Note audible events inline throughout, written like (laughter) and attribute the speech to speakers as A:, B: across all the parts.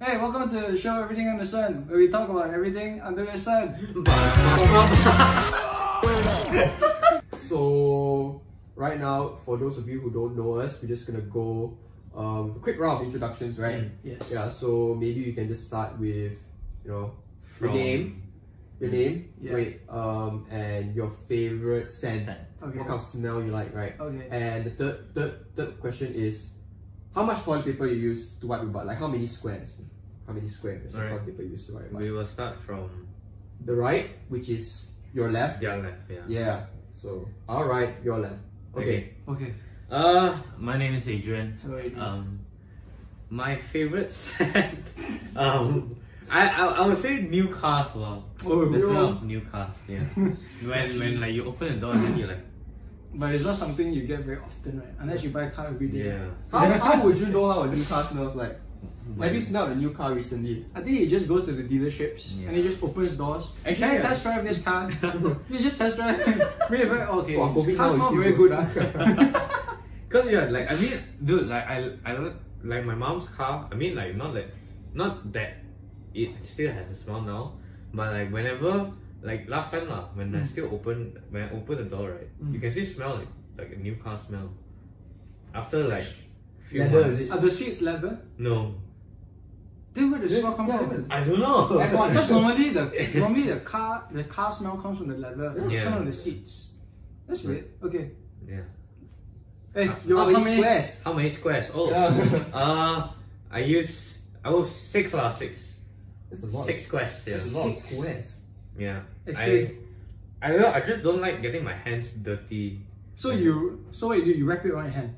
A: Hey, welcome to the show Everything Under the Sun, where we talk about everything under the sun.
B: (laughs) So right now, for those of you who don't know us, we're just gonna go um quick round of introductions, right?
A: yes.
B: Yeah. So maybe you can just start with you know your name, your name,
A: Yeah.
B: wait, um, and your favorite scent.
C: Scent.
A: Okay.
B: What kind of smell you like, right?
A: Okay.
B: And the third, third, third question is, how much toilet paper you use to wipe your butt? Like how many squares? How many squares of
C: Alright.
B: toilet paper you use to wipe your butt?
C: We will start from
B: The right, which is your left.
C: your left, yeah.
B: Yeah. So all right, your left. Okay.
A: Okay.
C: Uh, my name is Adrian.
A: Hello, Adrian.
C: Um, my favorite (laughs) scent. um, I, I I would say new cars. Wow,
A: Oh,
C: the
A: really?
C: smell of new cars. Yeah. when when like you open the door and then you're like,
A: But it's not something you get very often, right? Unless you buy a car every day.
C: yeah.
A: (laughs)
B: How, how would you know how a new car smells like? Have you smelled a new car recently?
A: I think it just goes to the dealerships
C: Yeah.
A: and it just opens doors.
B: Actually,
A: Can I
B: yeah.
A: test drive this car? you just test drive. Really, very, okay.
B: Wow,
A: this
B: COVID now
A: car's
B: is
A: not
B: still
A: very good.
B: good. (laughs)
A: huh? (laughs)
C: Cause yeah, like I mean, dude, like I I li- like my mom's car. I mean, like not like not that it still has a smell now, but like whenever like last time lah, when
B: Mm.
C: I still open when I open the door right, you can still smell like like a new car smell. After like few
B: Leather,
C: months,
B: is it?
A: Are the seats leather?
C: no,
A: Then where does
B: Yeah,
A: the smell come
B: yeah,
A: from?
B: but-
C: I don't know.
B: Add on.
A: Because normally
B: (laughs)
A: the normally the car the car smell comes from the leather, not
C: Yeah.
A: from the seats. That's weird. Okay.
C: (laughs)
B: (laughs)
C: yeah.
A: Hey,
C: How
A: you
B: how
A: want
B: many
A: come in?
B: squares?
C: How many squares?
A: (laughs)
C: Oh,
B: Yeah.
C: uh, I use I was six lah, six
B: That's a lot.
C: six squares. Yeah.
B: That's a lot of
A: Six.
B: squares.
C: Yeah. I,
A: Explain.
C: I don't know, I just don't like getting my hands dirty.
A: So you so what you do you wrap it around your hand.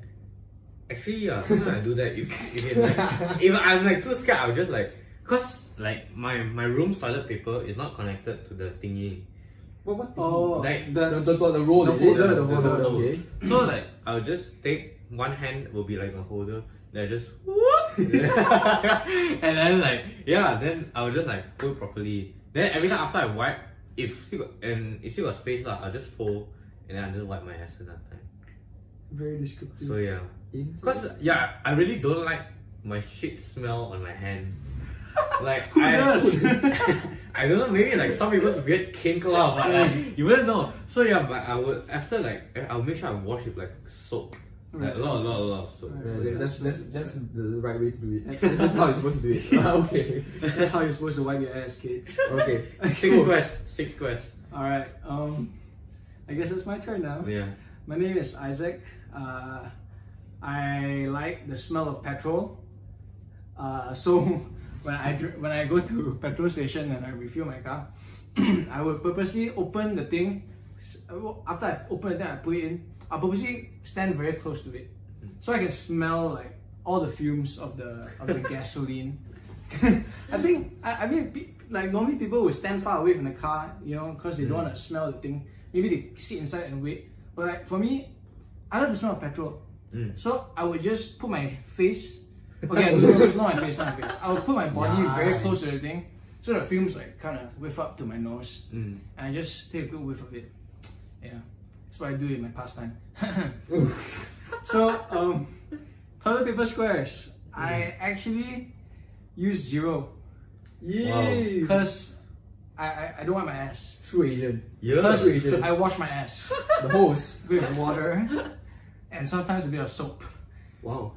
C: Actually, yeah, sometimes I do that. If, if, it, like, (laughs) if I'm like too scared, I'll just like, cause like my my room's toilet paper is not connected to the thingy.
B: What, what
A: Oh
C: Like
B: The,
A: the
B: the, the, the roll,
A: The
B: is it?
A: holder, the
B: the
A: holder,
B: holder, okay.
C: So like, I'll just take one hand will be like a holder. Then I just whoop, (laughs) and then like yeah, then I'll just like fold properly. Then every time after I wipe, if still got, and if still got space lah, I'll just fold and then I will just wipe my ass another time.
A: very descriptive.
C: So yeah. Cause yeah, I really don't like my shit smell on my
A: (laughs)
C: hand. Like
A: Who
C: I,
A: does?
C: (laughs) I don't know, maybe like some people's weird kink lah, but like, you wouldn't know. So yeah, but I would after like I- I'll make sure I wash it with, like soap, like (laughs) a lot, a lot, a lot of soap.
A: Right.
B: Yeah,
A: (laughs)
C: So, yeah.
B: that's, that's, that's the right way to do it. (laughs)
A: That's-
B: That's, that's how you're supposed to do
A: (laughs)
B: it. (laughs) okay.
A: That's how you're supposed to wipe your ass, kids.
B: Okay.
C: Six squares, six squares.
A: Alright, um I guess it's my turn now.
C: Yeah.
A: My name is Isaac. Uh, I like the smell of petrol. Uh, so (laughs) when I dr- when I go to petrol station and I refuel my car, (clears throat) I would purposely open the thing. s- After I open the thing, I put it in. I purposely stand very close to it, so I can smell like all the fumes of the of
C: (laughs)
A: the gasoline. (laughs) I think I, I mean pe- like normally people will stand far away from the car, you know, because they don't
C: Mm.
A: want to smell the thing. Maybe they sit inside and wait. But like for me, I love the smell of petrol.
C: Mm.
A: So I would just put my
C: (laughs)
A: face. Okay, no, not my face, not my face. I would put my body very close to the thing, so the fumes like kind of whiff up to my nose,
C: Mm.
A: and I just take a good whiff of it. Yeah, that's what I do in my pastime. (laughs) so um, toilet paper squares. I actually use zero
B: Yay.
A: because I, I I don't want my ass.
B: True Asian.
C: Yeah.
A: Plus,
B: True Asian.
A: I wash my ass
C: (laughs)
B: The hose.
A: with water and sometimes a bit of soap.
B: Wow.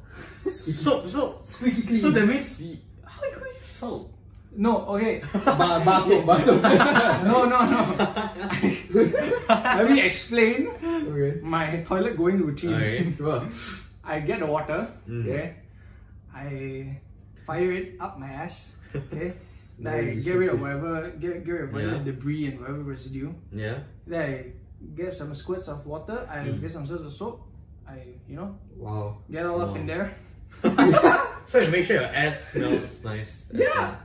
C: Soap, soap.
B: Squeaky clean.
C: So that means y- how you use soap?
A: No,
C: (laughs)
A: okay.
B: Ba- bar soap,
A: (laughs)
B: bar soap.
A: No, no, no. Let me explain
B: Okay.
A: my toilet going routine.
C: Alright.
B: Sure.
A: I get the water,
C: Mm.
A: okay? I fire it up my ass,
C: (laughs)
A: okay? Then I
B: Very
A: get rid of
B: descriptive.
A: whatever, get, get rid of whatever
C: Yeah.
A: debris and whatever residue.
C: Yeah.
A: Then I get some squirts of water, I
C: Mm.
A: get some squirts of soap. I, you know,
B: Wow.
A: get all up in
C: Wow.
A: there.
C: so you make sure your ass smells nice. as
A: Yeah.
C: well.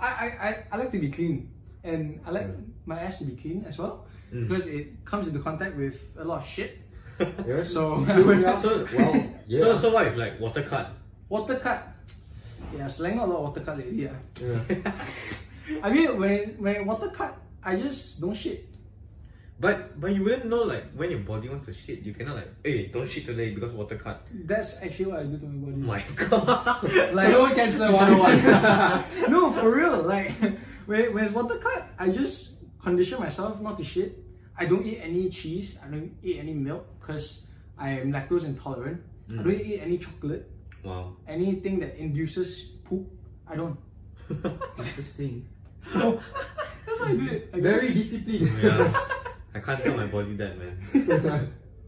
A: I, I, I, I like to be clean and I like my ass to be clean as well
C: Mm.
A: because it comes into contact with a lot of shit.
B: Yeah. (laughs)
A: So (laughs)
C: So,
B: Wow. Yeah.
C: so so what if like water cut?
A: water cut. Yeah, slang a lot of water cut lately. Yeah.
B: Yeah.
A: I mean when when water cut, I just don't shit.
C: But but you wouldn't know like when your body wants to shit. You cannot like, hey, don't shit today because water cut. (laughs)
A: That's actually what I do to my body.
C: My god. (laughs)
A: Like
B: Colon cancer
A: (laughs)
B: 101.
A: no, for real. Like (laughs) when, when it's water cut, I just condition myself not to shit. I don't eat any cheese. I don't eat any milk because I am lactose intolerant. I
B: Mm.
A: don't eat any chocolate.
C: wow.
A: Anything that induces poop, I don't. (laughs)
B: Interesting.
A: So that's how I do it. I
B: Very
A: guess.
B: disciplined.
C: Yeah. I can't tell my body that man. No,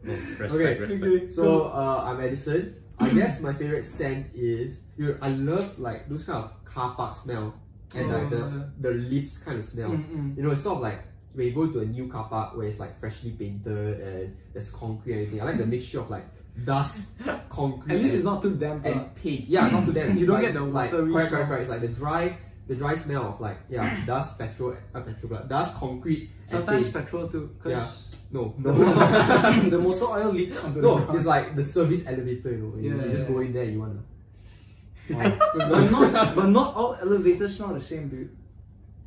C: respect,
B: Okay,
C: respect.
A: okay.
B: (laughs) so uh, I'm Edison. I guess my favorite scent is you. I love like those kind of car park smell and like
A: Oh,
B: the the leaves kind of smell.
A: Mm-mm.
B: You know, it's sort of like when you go to a new car park where it's like freshly painted and there's concrete and everything. I like the mixture of like dust, concrete.
A: (laughs) At least
B: and-
A: it's not too damp. lah.
B: and paint. Yeah, not to
A: Uh,
B: that.
A: You don't get
B: like,
A: the
B: like
A: watery
B: correct, correct,
A: smell. Mm.
B: correct. It's like the dry, the dry smell of like yeah, dust, petrol, uh, petrol, blood, dust, concrete,
A: Sometimes
B: and paint.
A: petrol too,
B: Yeah.
A: because
B: No,
A: (laughs) the,
B: no,
A: motor- (laughs) the motor oil leaks onto the
B: no.
A: ground.
B: It's like the service elevator. You know, you,
A: Yeah,
B: you just
A: yeah,
B: go in there. You
A: (laughs)
B: wanna.
A: but, not, but not all elevators smell the same, dude.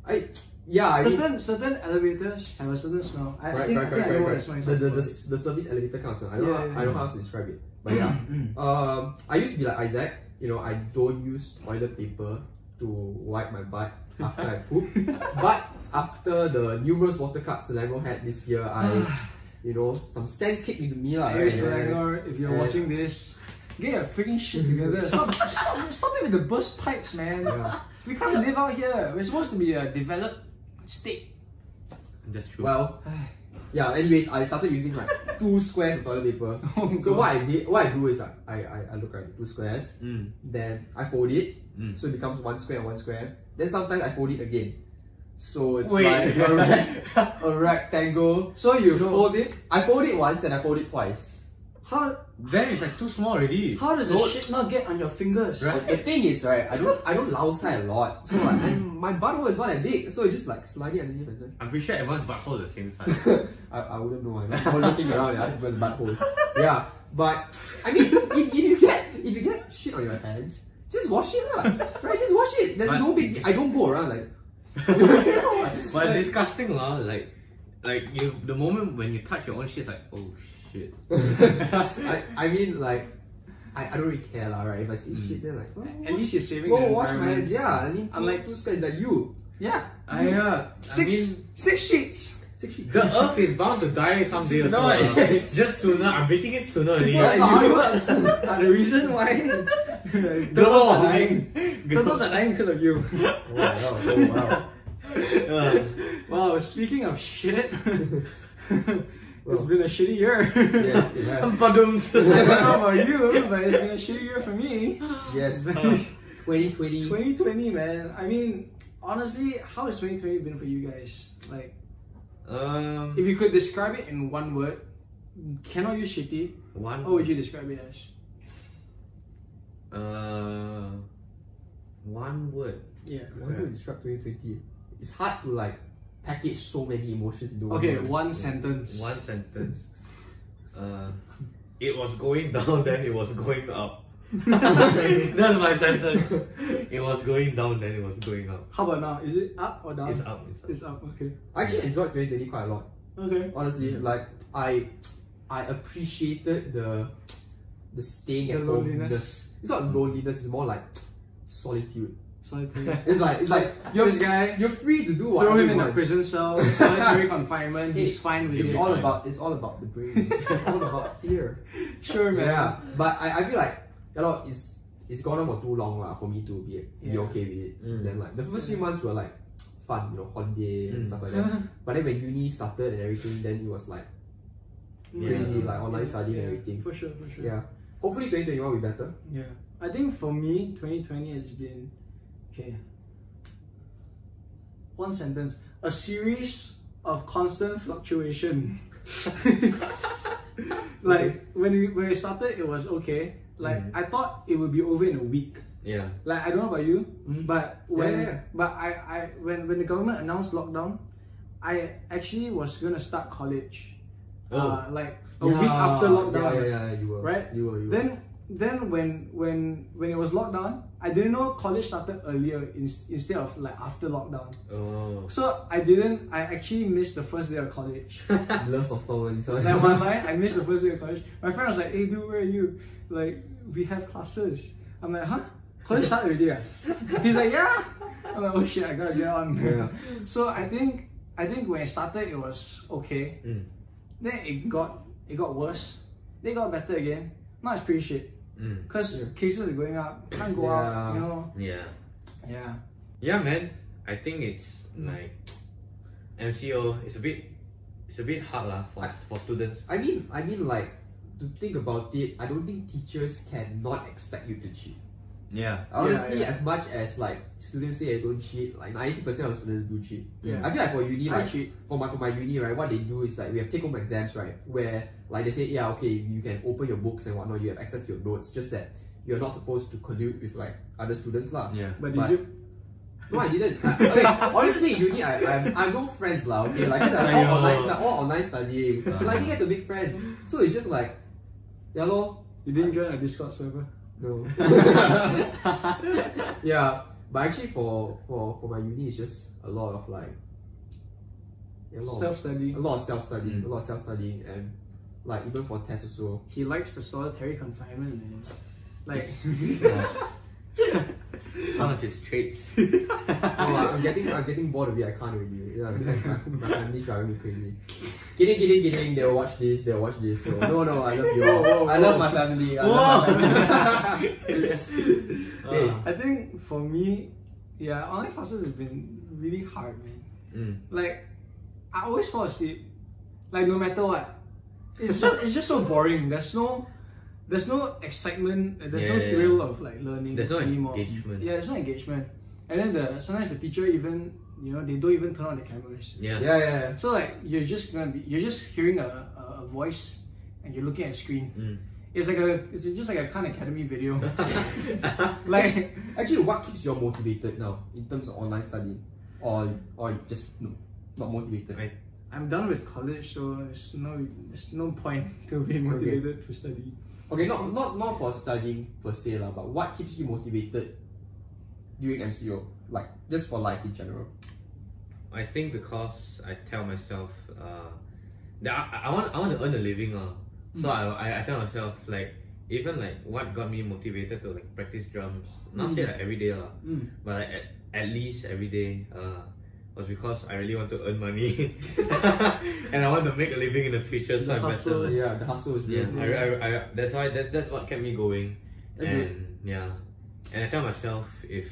B: I yeah. I mean,
A: certain certain elevators have a certain smell. I, I
B: Correct,
A: think,
B: correct,
A: I think I know what
B: correct,
A: it's
B: correct.
A: smelling
B: The, the,
A: like.
B: the, the service elevator kind of smell. I don't, know,
A: Yeah,
B: how,
A: yeah,
B: I don't know how to describe it. But yeah,
A: Mm,
B: um, I used to be like Isaac. You know, I don't use toilet paper to wipe my butt after I
A: (laughs)
B: poop. but after the numerous water cuts Celebro had this
A: (sighs)
B: year, I, you know, some sense kicked into me. lah.
A: Hey,
B: right?
A: Selangor, if you're
B: Yeah. Mm-hmm.
A: watching this, get your freaking shit together. Stop, stop, stop it with the burst pipes, man.
B: Yeah.
A: We can't live out here. We're supposed to be a developed state.
C: That's true.
B: Well, (sighs) yeah. Anyways, I started using like two squares of toilet paper.
A: Oh,
B: so
A: God.
B: what I did, what I do is like, I, I I look at the two squares,
C: Mm.
B: then I fold it,
C: Mm.
B: so it becomes one square and one square. Then sometimes I fold it again, so it's
A: Wait.
B: like (laughs) a, rec- a rectangle.
A: So you
B: No.
A: fold it.
B: I fold it once and I fold it twice.
A: How
C: Then it's like too small already.
A: how does the
B: So-
A: shit not get on your fingers?
B: But The thing is, right? I don't I don't lao sai a lot, so like and my butthole is not that big, so it just like sliding underneath. And then
C: I'm pretty sure everyone's butthole is the same size. (laughs)
B: I, I wouldn't know. I'm not looking around at other people's buttholes. Yeah, but I mean, if, if you get if you get shit on your hands, just wash it lah. Right? Just wash it. There's
C: But-
B: no big. I don't go around like. (laughs)
C: But it's disgusting lah, like like you the moment when you touch your own shit it's like oh shit.
B: I, I mean like I, I don't really care lah, right? If I see shit then like oh,
A: Hmm. At least you're saving
B: go
A: the
B: wash my
A: environment.
B: hands, yeah. I mean two,
A: Unlike-
B: like two squares like you.
A: Yeah.
C: I, uh,
A: Six
C: I mean,
A: six
B: (laughs)
A: sheets.
B: Six sheets.
C: the earth is bound to die someday or (laughs)
B: No,
C: something. Just sooner, I'm making it sooner (laughs) or
B: That's
C: later.
B: not how it
A: you-
B: works.
A: Uh, (laughs) the reason (laughs) why turtles
C: Global
A: are
C: warming. (laughs)
A: dying. Turtles are dying because of
B: (laughs)
A: you.
B: Oh, wow, oh, wow.
C: Uh,
A: Wow, speaking of shit, (laughs) it's
B: Well.
A: been a shitty year.
B: Yes, it has.
C: badums.
A: (laughs) I don't know about you, but it's been a shitty year for me.
B: Yes.
C: Uh,
B: 2020.
A: 2020, man. I mean, honestly, how has 2020 been for you guys? Like,
C: um,
A: if you could describe it in one word, cannot use shitty,
C: one.
A: what would you describe it as?
C: Uh, one word.
A: Yeah.
B: Why do you describe 2020? It's hard to like package so many emotions into one.
A: Okay,
B: word.
A: one sentence.
C: One sentence. Uh, it was going down, then it was going up. That's my sentence. It was going down, then it was going up.
A: How about now? Is it up or down?
C: It's up. It's up.
A: It's up, okay.
B: I actually enjoyed 2020 quite a lot.
A: Okay.
B: Honestly, like I, I appreciated the, the staying
A: The
B: at home.
A: loneliness.
B: It's not loneliness. It's more like solitude.
A: Solitary.
B: It's like it's
A: (laughs)
B: like you're
A: This guy,
B: you're free to do what
A: Throw
B: you
A: him in a
B: want.
A: prison cell,
B: (laughs)
A: solitary confinement, he's fine with
B: It's
A: it.
B: all about it's all about the brain. it's all about here.
A: Sure, man. (laughs)
B: Yeah, but I, I feel like you know it's it's gone on for too long lah for me to be be
A: Yeah.
B: okay with it.
C: Mm.
B: Then like the first few months were like fun, you know, holiday and
C: Mm.
B: stuff like that. But then when uni started and everything, then it was like crazy, like online study and everything.
A: For sure, for sure.
B: yeah. Hopefully 2021 will be
A: (laughs)
B: better.
A: Yeah. I think for me, 2020 has been okay. One sentence. A series of constant fluctuation.
B: (laughs)
A: like when we when we started it was okay. Like
B: Mm.
A: I thought it would be over in a week.
C: Yeah.
A: Like I don't know about you,
B: Mm.
A: but when
B: Yeah, yeah, yeah.
A: but I, I when when the government announced lockdown, I actually was gonna start college.
C: Oh.
A: Uh, like a week after lockdown.
B: Yeah, yeah, yeah, you were
A: Right?
B: You were you were.
A: Then then when when when it was lockdown, I didn't know college started earlier in, instead of like after lockdown.
C: Oh.
A: So I didn't. I actually missed the first day of
B: (laughs)
A: college.
B: Love soft one. So
A: like one night, I missed the first day of college. My friend was like, "Hey, dude, where are you? Like, we have classes." I'm like, "Huh? College started already?" ah?" (laughs) He's like, "Yeah." I'm like, "Oh shit, I gotta get on."
B: (laughs) Yeah.
A: So I think I think when it started, it was okay.
C: Mm.
A: Then it got it got worse. Then it got better again. Now it's pretty shit.
C: Mm.
A: Cause
B: Yeah.
A: cases are going up. Can't go out.
B: Yeah.
A: You know.
C: Yeah.
A: Yeah.
C: Yeah, man. I think it's like MCO. It's a bit. It's a bit hard lah for for students.
B: I mean, I mean, like to think about it, I don't think teachers can not expect you to cheat.
C: Yeah.
B: Honestly,
A: yeah.
B: as much as like students say they don't cheat, like ninety percent of students do cheat.
A: Yeah.
B: I feel like for uni,
A: I
B: like
A: cheat.
B: for my for my uni, right, what they do is like we have take home exams, right, where like they say, yeah, okay, you can open your books and whatnot, you have access to your notes, just that you're not supposed to collude with like other students, lah.
C: Yeah.
A: But did
B: But-
A: you?
B: No, I didn't. I- okay, honestly, uni, I, I'm, I'm no friends lah. Okay, like it's like all
C: Aiyo.
B: online, it's like all online studying.
C: Ah.
B: But I didn't get to make friends, so it's just like, yeah, lor,
A: You didn't join a Discord (laughs) server.
B: no. yeah, but actually, for for for my uni, it's just a lot of like, yeah, a lot,
A: Self
B: of,
A: study.
B: a lot of self studying,
C: Mm.
B: a lot of self studying, and like even for
A: (laughs)
B: tests also.
A: He likes the solitary confinement, man. (laughs) Like,
C: It's one of his (laughs) traits.
B: No,
A: Oh,
B: I- Oh, I'm getting I'm getting bored of it. I can't really. Yeah, my- my family's driving me crazy. Kidding, kidding, kidding. They'll watch this. They'll watch this. So no, no. I love you. all.
A: Whoa, whoa,
B: I love
A: whoa.
B: my family. I love my family. (laughs) hey,
C: (laughs) Ah.
A: I think for me, yeah, online classes has been really hard, man.
C: Mm.
A: Like, I always fall asleep. Like no matter what, it's so,
C: (laughs)
A: it's just so boring. There's no, there's no excitement. uh, There's
C: Yeah,
A: no
C: yeah,
A: thrill
C: yeah.
A: of like learning
C: There's no
A: anymore.
C: engagement.
A: Yeah, there's no engagement. And then the sometimes the teacher even you know they don't even turn on the cameras.
C: Yeah.
B: yeah, yeah, yeah.
A: So like you're just gonna be you're just hearing a, a, a voice and you're looking at a screen.
C: Mm. (laughs)
A: It's like a it's just like a Khan Academy video. like
B: Actually, what keeps you all motivated now in terms of online studying, or or you just no, not motivated?
C: I-
A: I'm done with college, so there's no there's no point to be motivated to study.
B: Okay, not not not for studying per se lah, but what keeps you motivated during MCO, like just for life in general.
C: I think because I tell myself uh, that I, I want I want to earn a living uh. So I, I I tell myself like even like what got me motivated to like practice drums not say like every day lah
A: Mm.
C: but like at, at least every day uh, was because I really want to earn money (laughs) and I want to make a living in the future
A: The
C: so I invested
A: hustle.
C: like,
B: Yeah, the hustle is
C: yeah,
B: real.
C: I, I, I, that's why that's, that's what kept me going
B: That's
C: and yeah and I tell myself if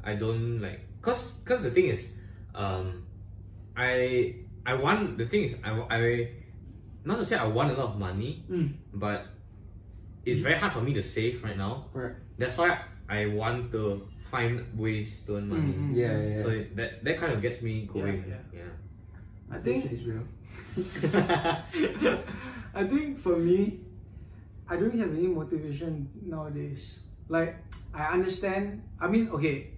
C: I don't like cause cause the thing is um I I want the thing is I, I not to say I want a lot of money
A: Mm.
C: but it's very hard for me to save right now
B: Correct.
C: that's why I want to find ways to earn money
A: Mm, mm.
B: Yeah, yeah. yeah.
C: so it, that that kind of gets me going
A: yeah.
C: yeah
A: I
B: This
A: think
B: shit is real.
A: (laughs) (laughs) I think for me, I don't have any motivation nowadays. Like, I understand. I mean, okay,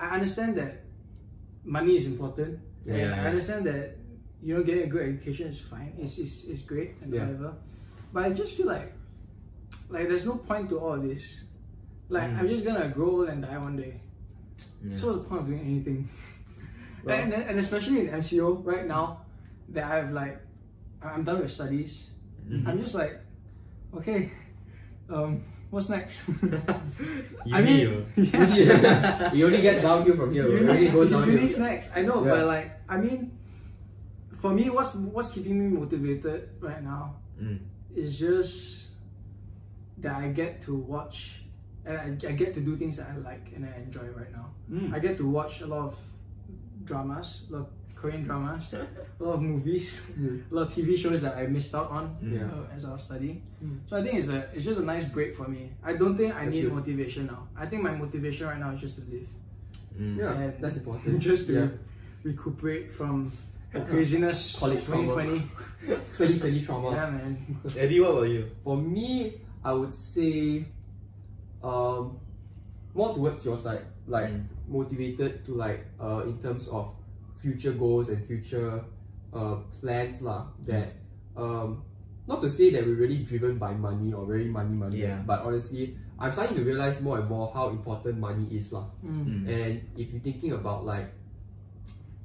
A: I understand that money is important.
B: Yeah.
A: and I understand that you know getting a good education is fine. It's it's, it's great and
B: Yeah.
A: whatever. But I just feel like, like there's no point to all this. Like
C: Mm.
A: I'm just gonna grow old and die one day.
C: yeah.
A: So what's the point of doing anything? (laughs)
B: Well-
A: and, and especially in MCO right now, that I've like, I'm done with studies.
C: Mhm.
B: (laughs) Mm-hmm.
A: I'm just like, okay, um, what's
B: (laughs)
A: next? (laughs)
C: You
A: I mean, (laughs)
C: knew.
B: Really, it only gets downhill from here. It only goes downhill.
A: Uni's next. I know,
B: Yeah.
A: but like, I mean, for me, what's what's keeping me motivated right now
C: Mm.
A: is just that I get to watch and I, I get to do things that I like and I enjoy right now. I get to watch a lot of dramas, a lot of Korean dramas, a lot of movies, a
B: Mm.
A: lot of TV shows that I missed out on
C: Mm.
B: Yeah.
A: uh, as I was studying.
B: Mm.
A: So I think it's a it's just a nice break for me. I don't think I
B: That's
A: need
B: good.
A: motivation now. I think my motivation right now is just to live.
C: Mm.
B: Yeah,
A: And
B: that's
A: (laughs)
B: important.
A: Just to
B: Yeah.
A: recuperate from the craziness
B: College
A: of
B: trauma.
A: 2020.
B: 2020 trauma.
A: Yeah,
B: (laughs)
A: man.
C: Eddie, what about you?
B: For me, I would say um, more towards your side, like
C: Mm.
B: motivated to like uh, in terms of
C: Mm.
B: future goals and future uh, plans lah. That um, not to say that we're really driven by money or very money money,
C: Yeah.
B: but honestly, I'm starting to realize more and more how important money is lah.
A: Mm.
B: And if you're thinking about like,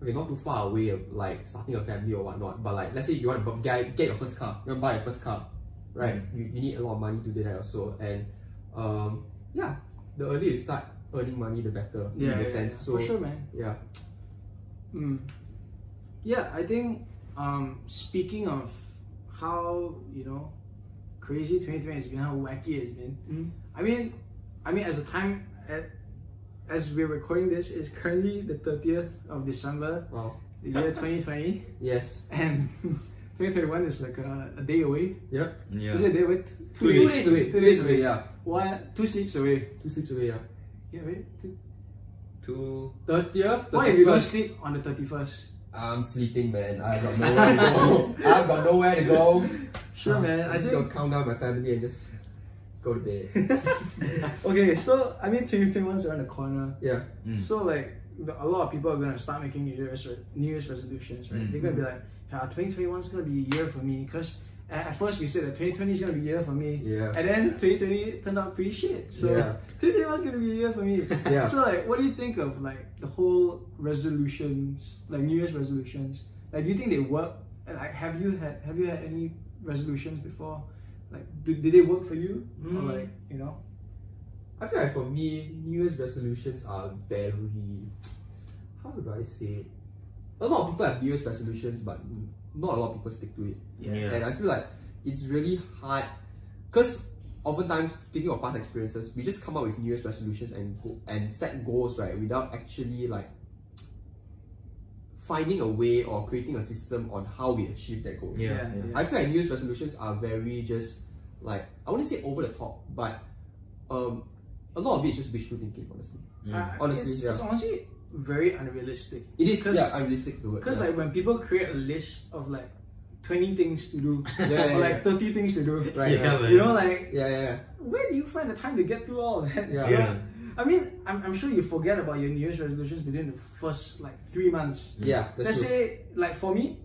B: okay, not too far away, of like starting a family or whatnot, but like, let's say you want to bu- get, get your first car, you want to buy your first car, right?
A: Mm.
B: You, you need a lot of money to do that also. And um, yeah, the earlier you start earning money, the better
A: Yeah,
B: in a
A: yeah,
B: sense.
A: yeah,
B: So,
A: for sure, man.
B: yeah.
A: Mm. Yeah, I think um, speaking of how you know crazy 2020 has been, how wacky it's been.
B: Mm.
A: I mean, I mean, as the time at, as we're recording this is currently the 30th of December,
B: Wow.
A: the year 2020,
B: Yes.
A: (laughs) and 2021 is like a, a day away.
C: Yeah.
A: Is it a day away?
B: Two
C: Two days.
B: days away. Two days away. Yeah.
A: One, two sleeps away.
B: Two sleeps away. Yeah.
A: Yeah, right. Two,
C: Two.
B: Thirtieth.
A: why if you don't sleep on the 31st?
B: I'm sleeping, man. I've (laughs) got nowhere to go. I've got nowhere to go.
A: Sure, man. I
B: just
A: think
B: gonna calm down my family and just go to
A: (laughs)
B: bed.
A: okay, so I mean, 2021's around the corner.
B: Yeah.
C: Mm.
A: So like, the- a lot of people are gonna start making New Year's re- New Year's resolutions, right?
C: Mm.
A: They're gonna
B: Hmm.
A: be like, yeah, 2021's gonna be a year for me, because at at first we said that 2020 is gonna be a year for me,
B: Yeah.
A: and then 2020 turned out pretty shit. So
B: Yeah.
A: 2021's gonna be a year for me.
B: (laughs) Yeah.
A: So like, what do you think of like the whole resolutions, like New Year's resolutions? Like, do you think they work? And like, have you had have you had any resolutions before? Like, do, did they work for you? Or
B: Mm.
A: like, you know?
B: I feel like for me, New Year's resolutions are very. How do I say? It? A lot of people have New Year's resolutions, but not a lot of people stick to it.
C: Yeah.
B: And I feel like it's really hard because oftentimes, speaking of past experiences, we just come up with New Year's resolutions and go, and set goals, right, without actually like finding a way or creating a system on how we achieve that goal.
C: Yeah.
A: Yeah, yeah.
B: I feel like New Year's resolutions are very just like I wouldn't say over the top, but um, a lot of it is just wishful thinking, honestly.
C: Mm.
A: Uh,
B: Honestly,
A: it's,
B: yeah.
A: it's honestly very unrealistic.
B: It is
A: 'Cause-
B: yeah, I'm really sick to it.
A: Because
B: yeah.
A: like when people create a list of like twenty things to do,
B: (laughs) yeah, yeah,
A: or
B: yeah,
A: like thirty things to do,
B: right,
C: Yeah,
B: right.
C: man.
A: you know, like
B: yeah, yeah, yeah.
A: where do you find the time to get through all of that?
B: Yeah.
A: You know? I mean, I'm, I'm sure you forget about your New Year's resolutions within the first like three months.
B: yeah that's
A: Let's
B: true.
A: say like for me,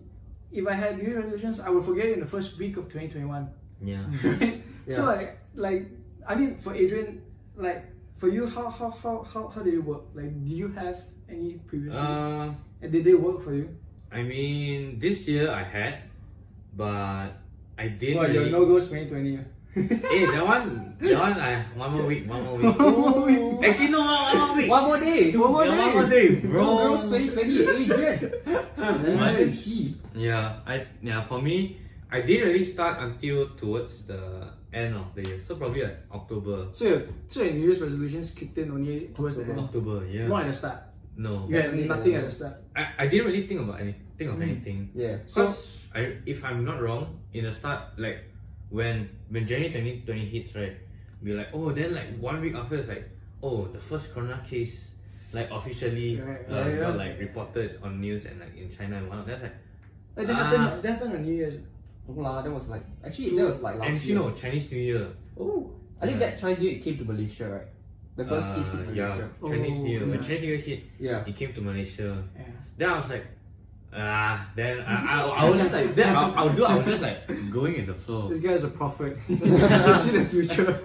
A: if I had New Year's resolutions, I would forget it in the first week of 2021.
C: Yeah.
A: Right? (laughs) So
B: Yeah.
A: like like I mean for Adrian, like for you, how how how how how did it work? Like, did you have any previously?
C: Uh,
A: and did they work for you?
C: I mean, this year I had, but I didn't.
A: Well, your
C: really-
A: no goes 2020. (laughs)
C: Eh, that one, that one, I one more week, one more
A: (laughs)
C: week.
A: Oh,
C: Actually, no, one, one more
B: (laughs)
C: week.
B: One more day.
A: One more
C: yeah, one more
A: day.
C: day,
B: Bro,
C: (laughs) bro.
B: girls 2020,
C: (laughs)
B: Adrian.
C: Nice.
B: He.
C: Yeah, I yeah for me, I didn't really start until towards the end of the year, so probably like October.
A: So your so your New Year's resolutions kicked in only towards the end,
C: October, yeah.
A: not at the start.
C: No,
A: You had nothing at the start.
C: I, I didn't really think about any think of
A: Mm.
C: anything.
B: Yeah.
C: So I, if I'm not wrong, in the start, like when when January 2020 hits, right, we like oh then like one week after it's like oh the first corona case like officially
A: Right,
C: uh,
B: yeah,
C: got
B: yeah.
C: like reported on news and like in China and whatnot. That's like
A: Like that
C: Ah.
A: happened. That happened on New Year's.
B: No lah, that was like actually that was like last
C: and you
B: year.
C: know Chinese New Year.
A: Oh,
B: I think that Chinese New Year it came to Malaysia, right? The first
C: uh,
B: case in Malaysia.
C: Yeah, Chinese New Year.
A: Oh,
C: When
A: yeah.
C: Chinese New Year hit, (laughs)
B: Yeah. (laughs)
C: it came to Malaysia.
A: yeah.
C: Then I was like, ah, then I, I, I was just like, then I, I would do, I was just like going with the
A: (laughs)
C: flow.
A: This guy's a prophet. he can see the future.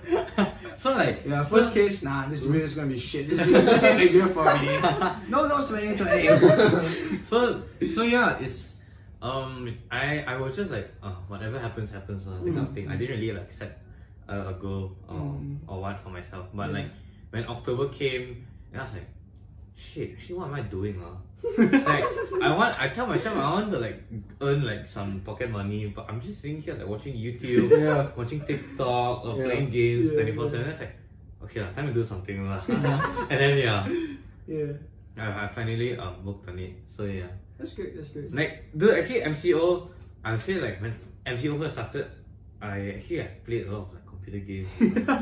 C: So like,
A: Yeah, first case, nah, this year is gonna be (laughs) shit. This, year, this ain't the year for me. (laughs) No goes 2020.
C: so so yeah, it's um I I was just like uh, whatever happens happens uh, that kind
A: Mm.
C: of thing. I didn't really like set a, a goal um, or what for myself. But
A: Yeah.
C: like when October came, and I was like, shit, actually what am I doing?
A: (laughs)
C: Uh? like I want I tell myself I want to like earn like some pocket money, but I'm just sitting here like watching YouTube.
A: (laughs)
B: Yeah.
C: watching TikTok or
B: Yeah.
C: playing games
A: Yeah, Uh-huh.
C: twenty four seven. It's like, okay, lah, time to do something lah. (laughs) and then yeah,
A: yeah,
C: I, I finally um worked on it. So yeah,
A: that's great. That's great.
C: like dude, actually MCO, I would say like when MCO first started, I actually I played a lot of like computer games.
A: (laughs)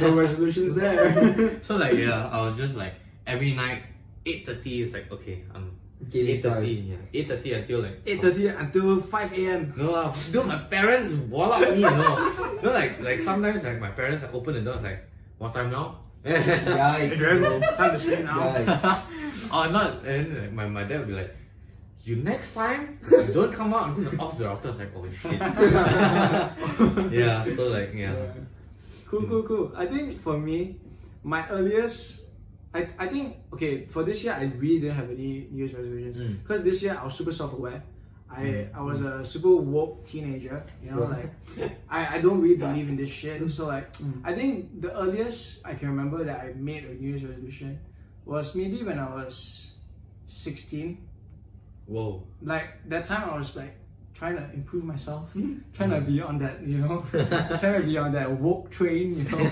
A: No resolutions there. (laughs)
C: so like yeah, I was just like every night. 8.30 is like okay I'm
B: Gaming time.
C: 8.30 yeah 8.30 until like oh,
A: 8:30 until 5 a.m.
C: No lah, dude, my parents wallop me, you know. No, like, like sometimes like my parents like, open the door, it's like, what time now? (laughs)
B: Yikes. bro.
A: Time to sleep now. (laughs)
B: Yikes.
C: Oh, or not, and then, like, my, my dad would be like, you next time you don't come out, I'm gonna off the router. It's like, oh shit.
A: (laughs)
C: (laughs) yeah, so like yeah.
A: Cool, cool, cool. I think for me, my earliest, I, I think, okay, for this year, I really didn't have any New Year's resolutions.
C: Mm.
A: Because this year, I was super self aware. I, I was a super woke teenager, you know, like I, I don't
C: (laughs)
A: really believe in this shit. So like
C: Mm.
A: I think the earliest I can remember that I made a New Year's resolution was maybe when I was sixteen
C: Whoa.
A: like that time I was like trying to improve myself, trying to be on that, you know, trying to be on that woke train, you know,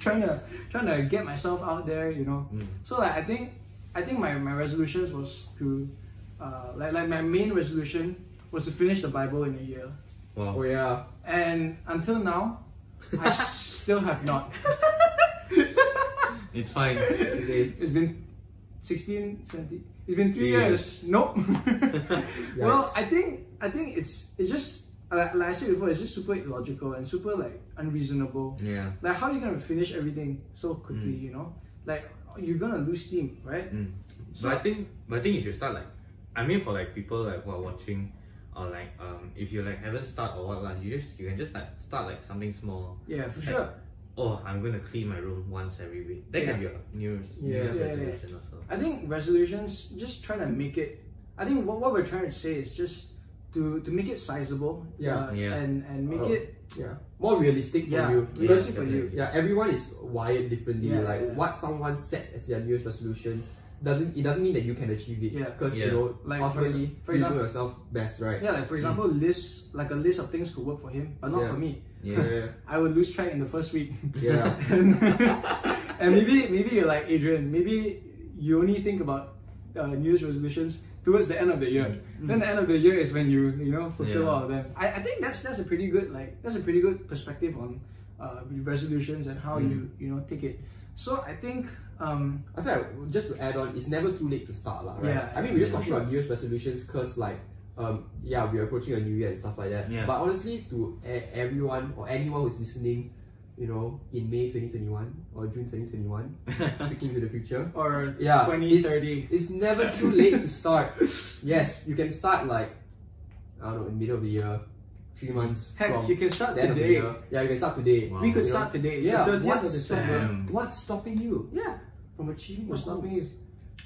A: trying to trying to get myself out there, you know.
C: Mm.
A: So like I think I think my, my resolutions was to uh, like like my main resolution was to finish the Bible in a year,
C: Wow.
B: Oh yeah.
A: and until now, I still have not.
C: It's fine.
B: Today.
A: It's been 16, 17. It's been three
C: Three
A: years.
B: (laughs)
A: Nope. well,
B: Yikes.
A: I think I think it's it's just like, like I said before, it's just super illogical and super like unreasonable.
C: Yeah.
A: Like how are you gonna finish everything so quickly?
B: Mm.
A: You know, like you're gonna lose steam, right?
C: Mm. But I think but I think you should start like I mean for like people like who are watching or like um if you like haven't start or what like, you just you can just like start like something small.
A: Yeah, for sure.
C: Oh, I'm gonna clean my room once every week. That can be a new
B: Yeah.
C: Year's
A: Yeah, yeah.
C: resolution also.
A: I think resolutions just trying to make it. I think what, what we're trying to say is just to to make it sizable.
B: Yeah.
A: uh,
C: Yeah.
A: And and make
B: Oh.
A: it
B: Yeah. More realistic for
A: yeah
B: you. Because
A: realistic for you.
B: Yeah, everyone is wired differently.
A: Yeah,
B: like
A: yeah.
B: what someone sets as their New Year's resolutions doesn't it doesn't mean that you can achieve it.
A: Yeah.
B: Because
C: Yeah.
B: you know
A: Like, for
B: ultimately
A: exa- for
B: you
A: example-
B: know yourself best, right?
A: Yeah, like for example, lists like a list of things could work for him, but not
B: Hmm. Yeah.
A: for me.
C: Yeah.
B: yeah.
A: I would lose track in the first week.
B: (laughs) Yeah.
A: and, (laughs) and maybe maybe you're like Adrian. Maybe you only think about uh, New Year's resolutions towards the end of the year.
B: Hmm.
A: Then the end of the year is when you you know fulfill
C: Yeah.
A: all of them. I, I think that's that's a pretty good like that's a pretty good perspective on uh, resolutions and how you
B: Hmm.
A: you know take it. So I think um,
B: I feel like just to add on, it's never too late to start, lah, right?
A: Yeah.
B: I mean, we're just
A: Yeah.
B: talking about New Year's resolutions because, like, um, yeah, we're approaching a new year and stuff like that.
C: Yeah.
B: But honestly, to e- everyone or anyone who's listening, you know, in May 2021 or June 2021, speaking to the future,
A: or
B: yeah,
A: twenty
B: it's,
A: thirty.
B: it's never too late to
C: (laughs)
B: start. Yes, you can start, like, I don't know, in the middle of the year, three months
A: Heck,
B: from
A: you can start
B: the end of the
A: today.
B: year. Yeah, you can start today.
C: Wow.
A: We could
B: You know?
A: start today. It's
B: Yeah,
A: the 30th of
B: what's,
A: December.
B: stopping- what's stopping you
A: Yeah.
B: from achieving
A: What's
B: your
A: stopping
B: goals?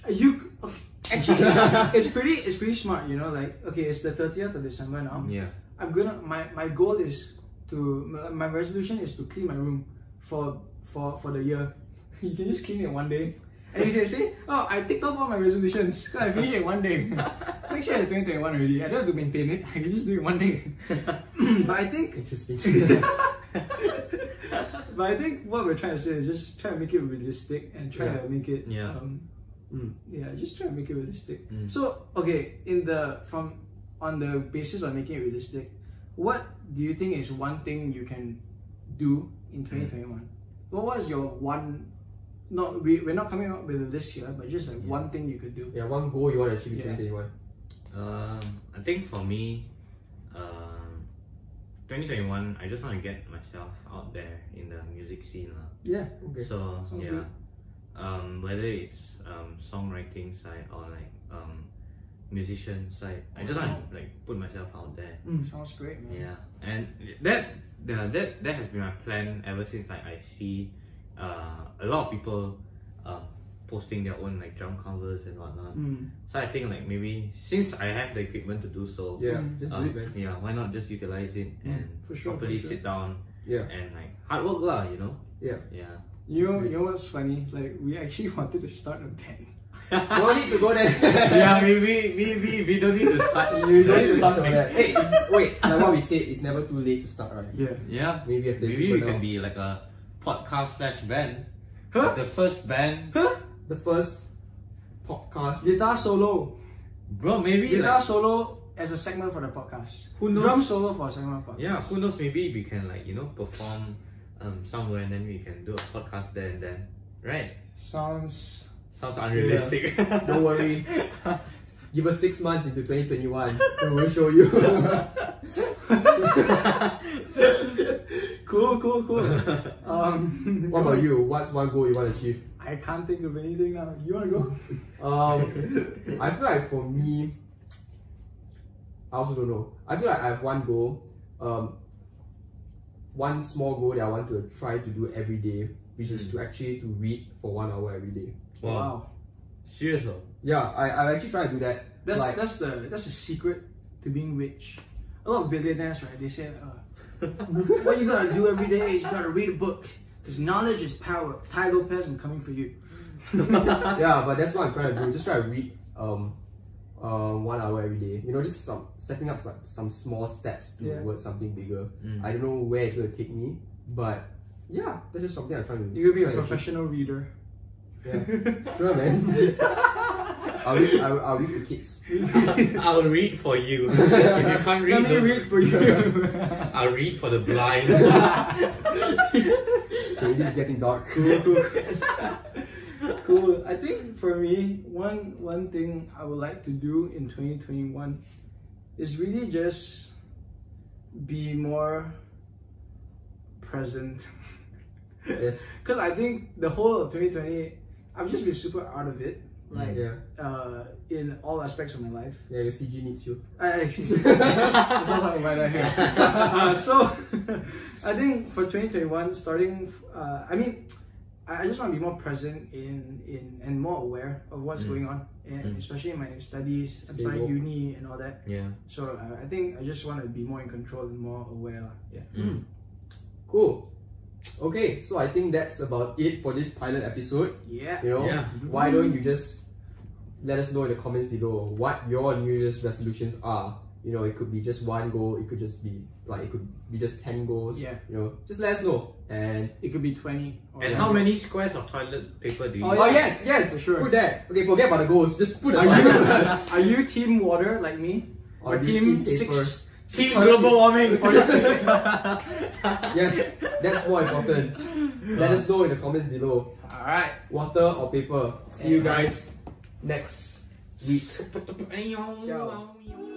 A: you? Uh, You actually, it's, (laughs) it's pretty, it's pretty smart. You know, like okay, it's the thirtieth of December now.
C: (laughs) Yeah.
A: I'm gonna my my goal is to my- my resolution is to clean my room for for for the year. (laughs) You can just clean it one day. And you say, say, oh, I ticked off all my resolutions because I finished it one day. (laughs) Next year is 2021 already. I don't have to maintain it. I can just do it one day. (laughs) but I think (laughs)
B: Interesting. (laughs)
A: but I think what we're trying to say is just try to make it realistic and try
B: Yeah.
A: to make it
C: Yeah.
A: um,
B: Mm.
A: yeah just try to make it realistic.
C: Mm.
A: So okay, in the from on the basis of making it realistic, what do you think is one thing you can do in
C: Mm.
A: 2021? What was your one? Not we we're not coming up with a list here, but just like one thing you could do.
B: Yeah, one goal you want to achieve in
A: Yeah. Mm.
B: 2021.
C: Um, I think for me, um, 2021, I just want to get myself out there in the music scene. lah.
A: Yeah.
B: Okay.
C: So
A: Sounds
C: yeah,
A: good.
C: um, whether it's um, songwriting side or like um, musician side, I just want to like put myself out there.
A: Mm. Sounds great,
B: Mm-hmm.
A: man.
C: Mm. Yeah, and that the, that that has been my plan ever since like I see uh, a lot of people um, posting their own like drum covers and whatnot.
B: Mm-hmm.
A: Mm.
C: So I think like maybe since I have the equipment to do so,
B: Yeah,
A: Mm.
B: just do
C: um,
B: it, man. Mm-hmm.
C: yeah, why not just utilize it and
A: for sure, for
C: properly
A: sure.
C: sit down
B: Yeah.
C: and like hard work lah, you know?
B: Yeah.
C: Yeah.
A: You know, you know what's funny? Like we actually (laughs) wanted to start a band.
B: No need to go there.
C: (laughs) yeah, we, we, we, we, we don't need to touch.
B: (laughs) You don't need to talk about
C: (laughs)
B: that. Hey, it's- wait, like what we said, it's never too late to start, right?
A: Yeah.
C: Yeah.
B: Maybe at the
C: Maybe we
B: now.
C: can be like a podcast slash band.
A: Huh?
C: The first band.
B: the first podcast.
A: Guitar solo.
C: Bro, maybe
A: Guitar
C: like,
A: solo as a segment for the podcast.
C: Who knows?
A: Drum solo for a segment for
C: yeah, who knows, maybe we can like, you know, perform um, somewhere and then we can do a podcast there and then. Right?
A: Sounds.
C: Sounds unrealistic.
B: Don't worry. Give us six months into 2021 and we'll show you.
A: cool, cool, cool. um,
C: (laughs)
B: what about you? What's one goal you want to achieve?
A: I Um, I can't think of anything now. You wanna go?
B: Um, I feel like for me, I also don't know. I feel like I have one goal, um, one small goal that I want to try to do every day, which is to actually to read for one hour every day.
C: Wow. Serious though.
B: Yeah, I I actually try to do that.
A: That's
B: like,
A: that's the that's the secret to being rich. A lot of billionaires, right? They say, uh, "What you gotta do every day is you gotta read a book, because knowledge is power." Ty Lopez, I'm coming for you.
B: yeah, but that's what I'm trying to do. Just try to read um, uh, one hour every day. You know, just some setting up like some small steps
A: Yeah.
B: towards something bigger. I don't know where it's gonna take me, but yeah, that's just something I'm trying to.
A: You could be a
B: trying to achieve.
A: professional reader.
B: Yeah, (laughs) sure, man. I'll read, I'll, I'll read the kids.
C: I'll read for you. if you can't
A: (laughs)
C: read,
A: Let me
C: don't-
A: read for you.
B: (laughs)
C: I'll read for the blind.
B: Okay, this is getting dark.
A: cool. I think for me, one one thing I would like to do in 2021 is really just be more present. (laughs)
B: Yes.
A: Because I think the whole of 2020, I've just been super out of it, like
B: Yeah.
A: uh, in all aspects of my life.
B: Yeah, your CG needs you.
A: (laughs) I actually, it's all about my life. Uh, so, (laughs) I think for 2021, starting, uh, I mean, I I just want to be more present in, in and more aware of what's going on, and
C: Mm.
A: especially in my studies. I'm
B: Stay
A: starting
B: woke.
A: uni and all that.
C: yeah.
A: So uh, I think I just want to be more in control and more aware. lah. Yeah.
C: Mm.
B: Hmm. Cool. Okay, so I think that's about it for this pilot episode.
A: Yeah.
B: You know,
C: Yeah.
B: why don't you just let us know in the comments below what your New Year's resolutions are? You know, it could be just one goal, it could just be like it could be just ten goals.
A: Yeah.
B: You know, just let us know. And
A: It could be 20. Or
C: And how many squares of toilet paper do you
A: Oh,
B: oh
C: use?
B: yes, yes,
A: For sure. Oh,
B: Put that. Okay, forget about the goals. Just put
A: (laughs) Are
B: that. (laughs)
A: (laughs) you, are you team water like me? Or,
B: Are you
A: team,
B: team
A: six?
C: Team
A: six-
C: global warming.
A: (laughs)
B: yes, that's more important. Let us know in the comments below.
A: All right.
B: Water or
A: 哎
B: paper. See you guys next week. Ciao.
C: Ciao.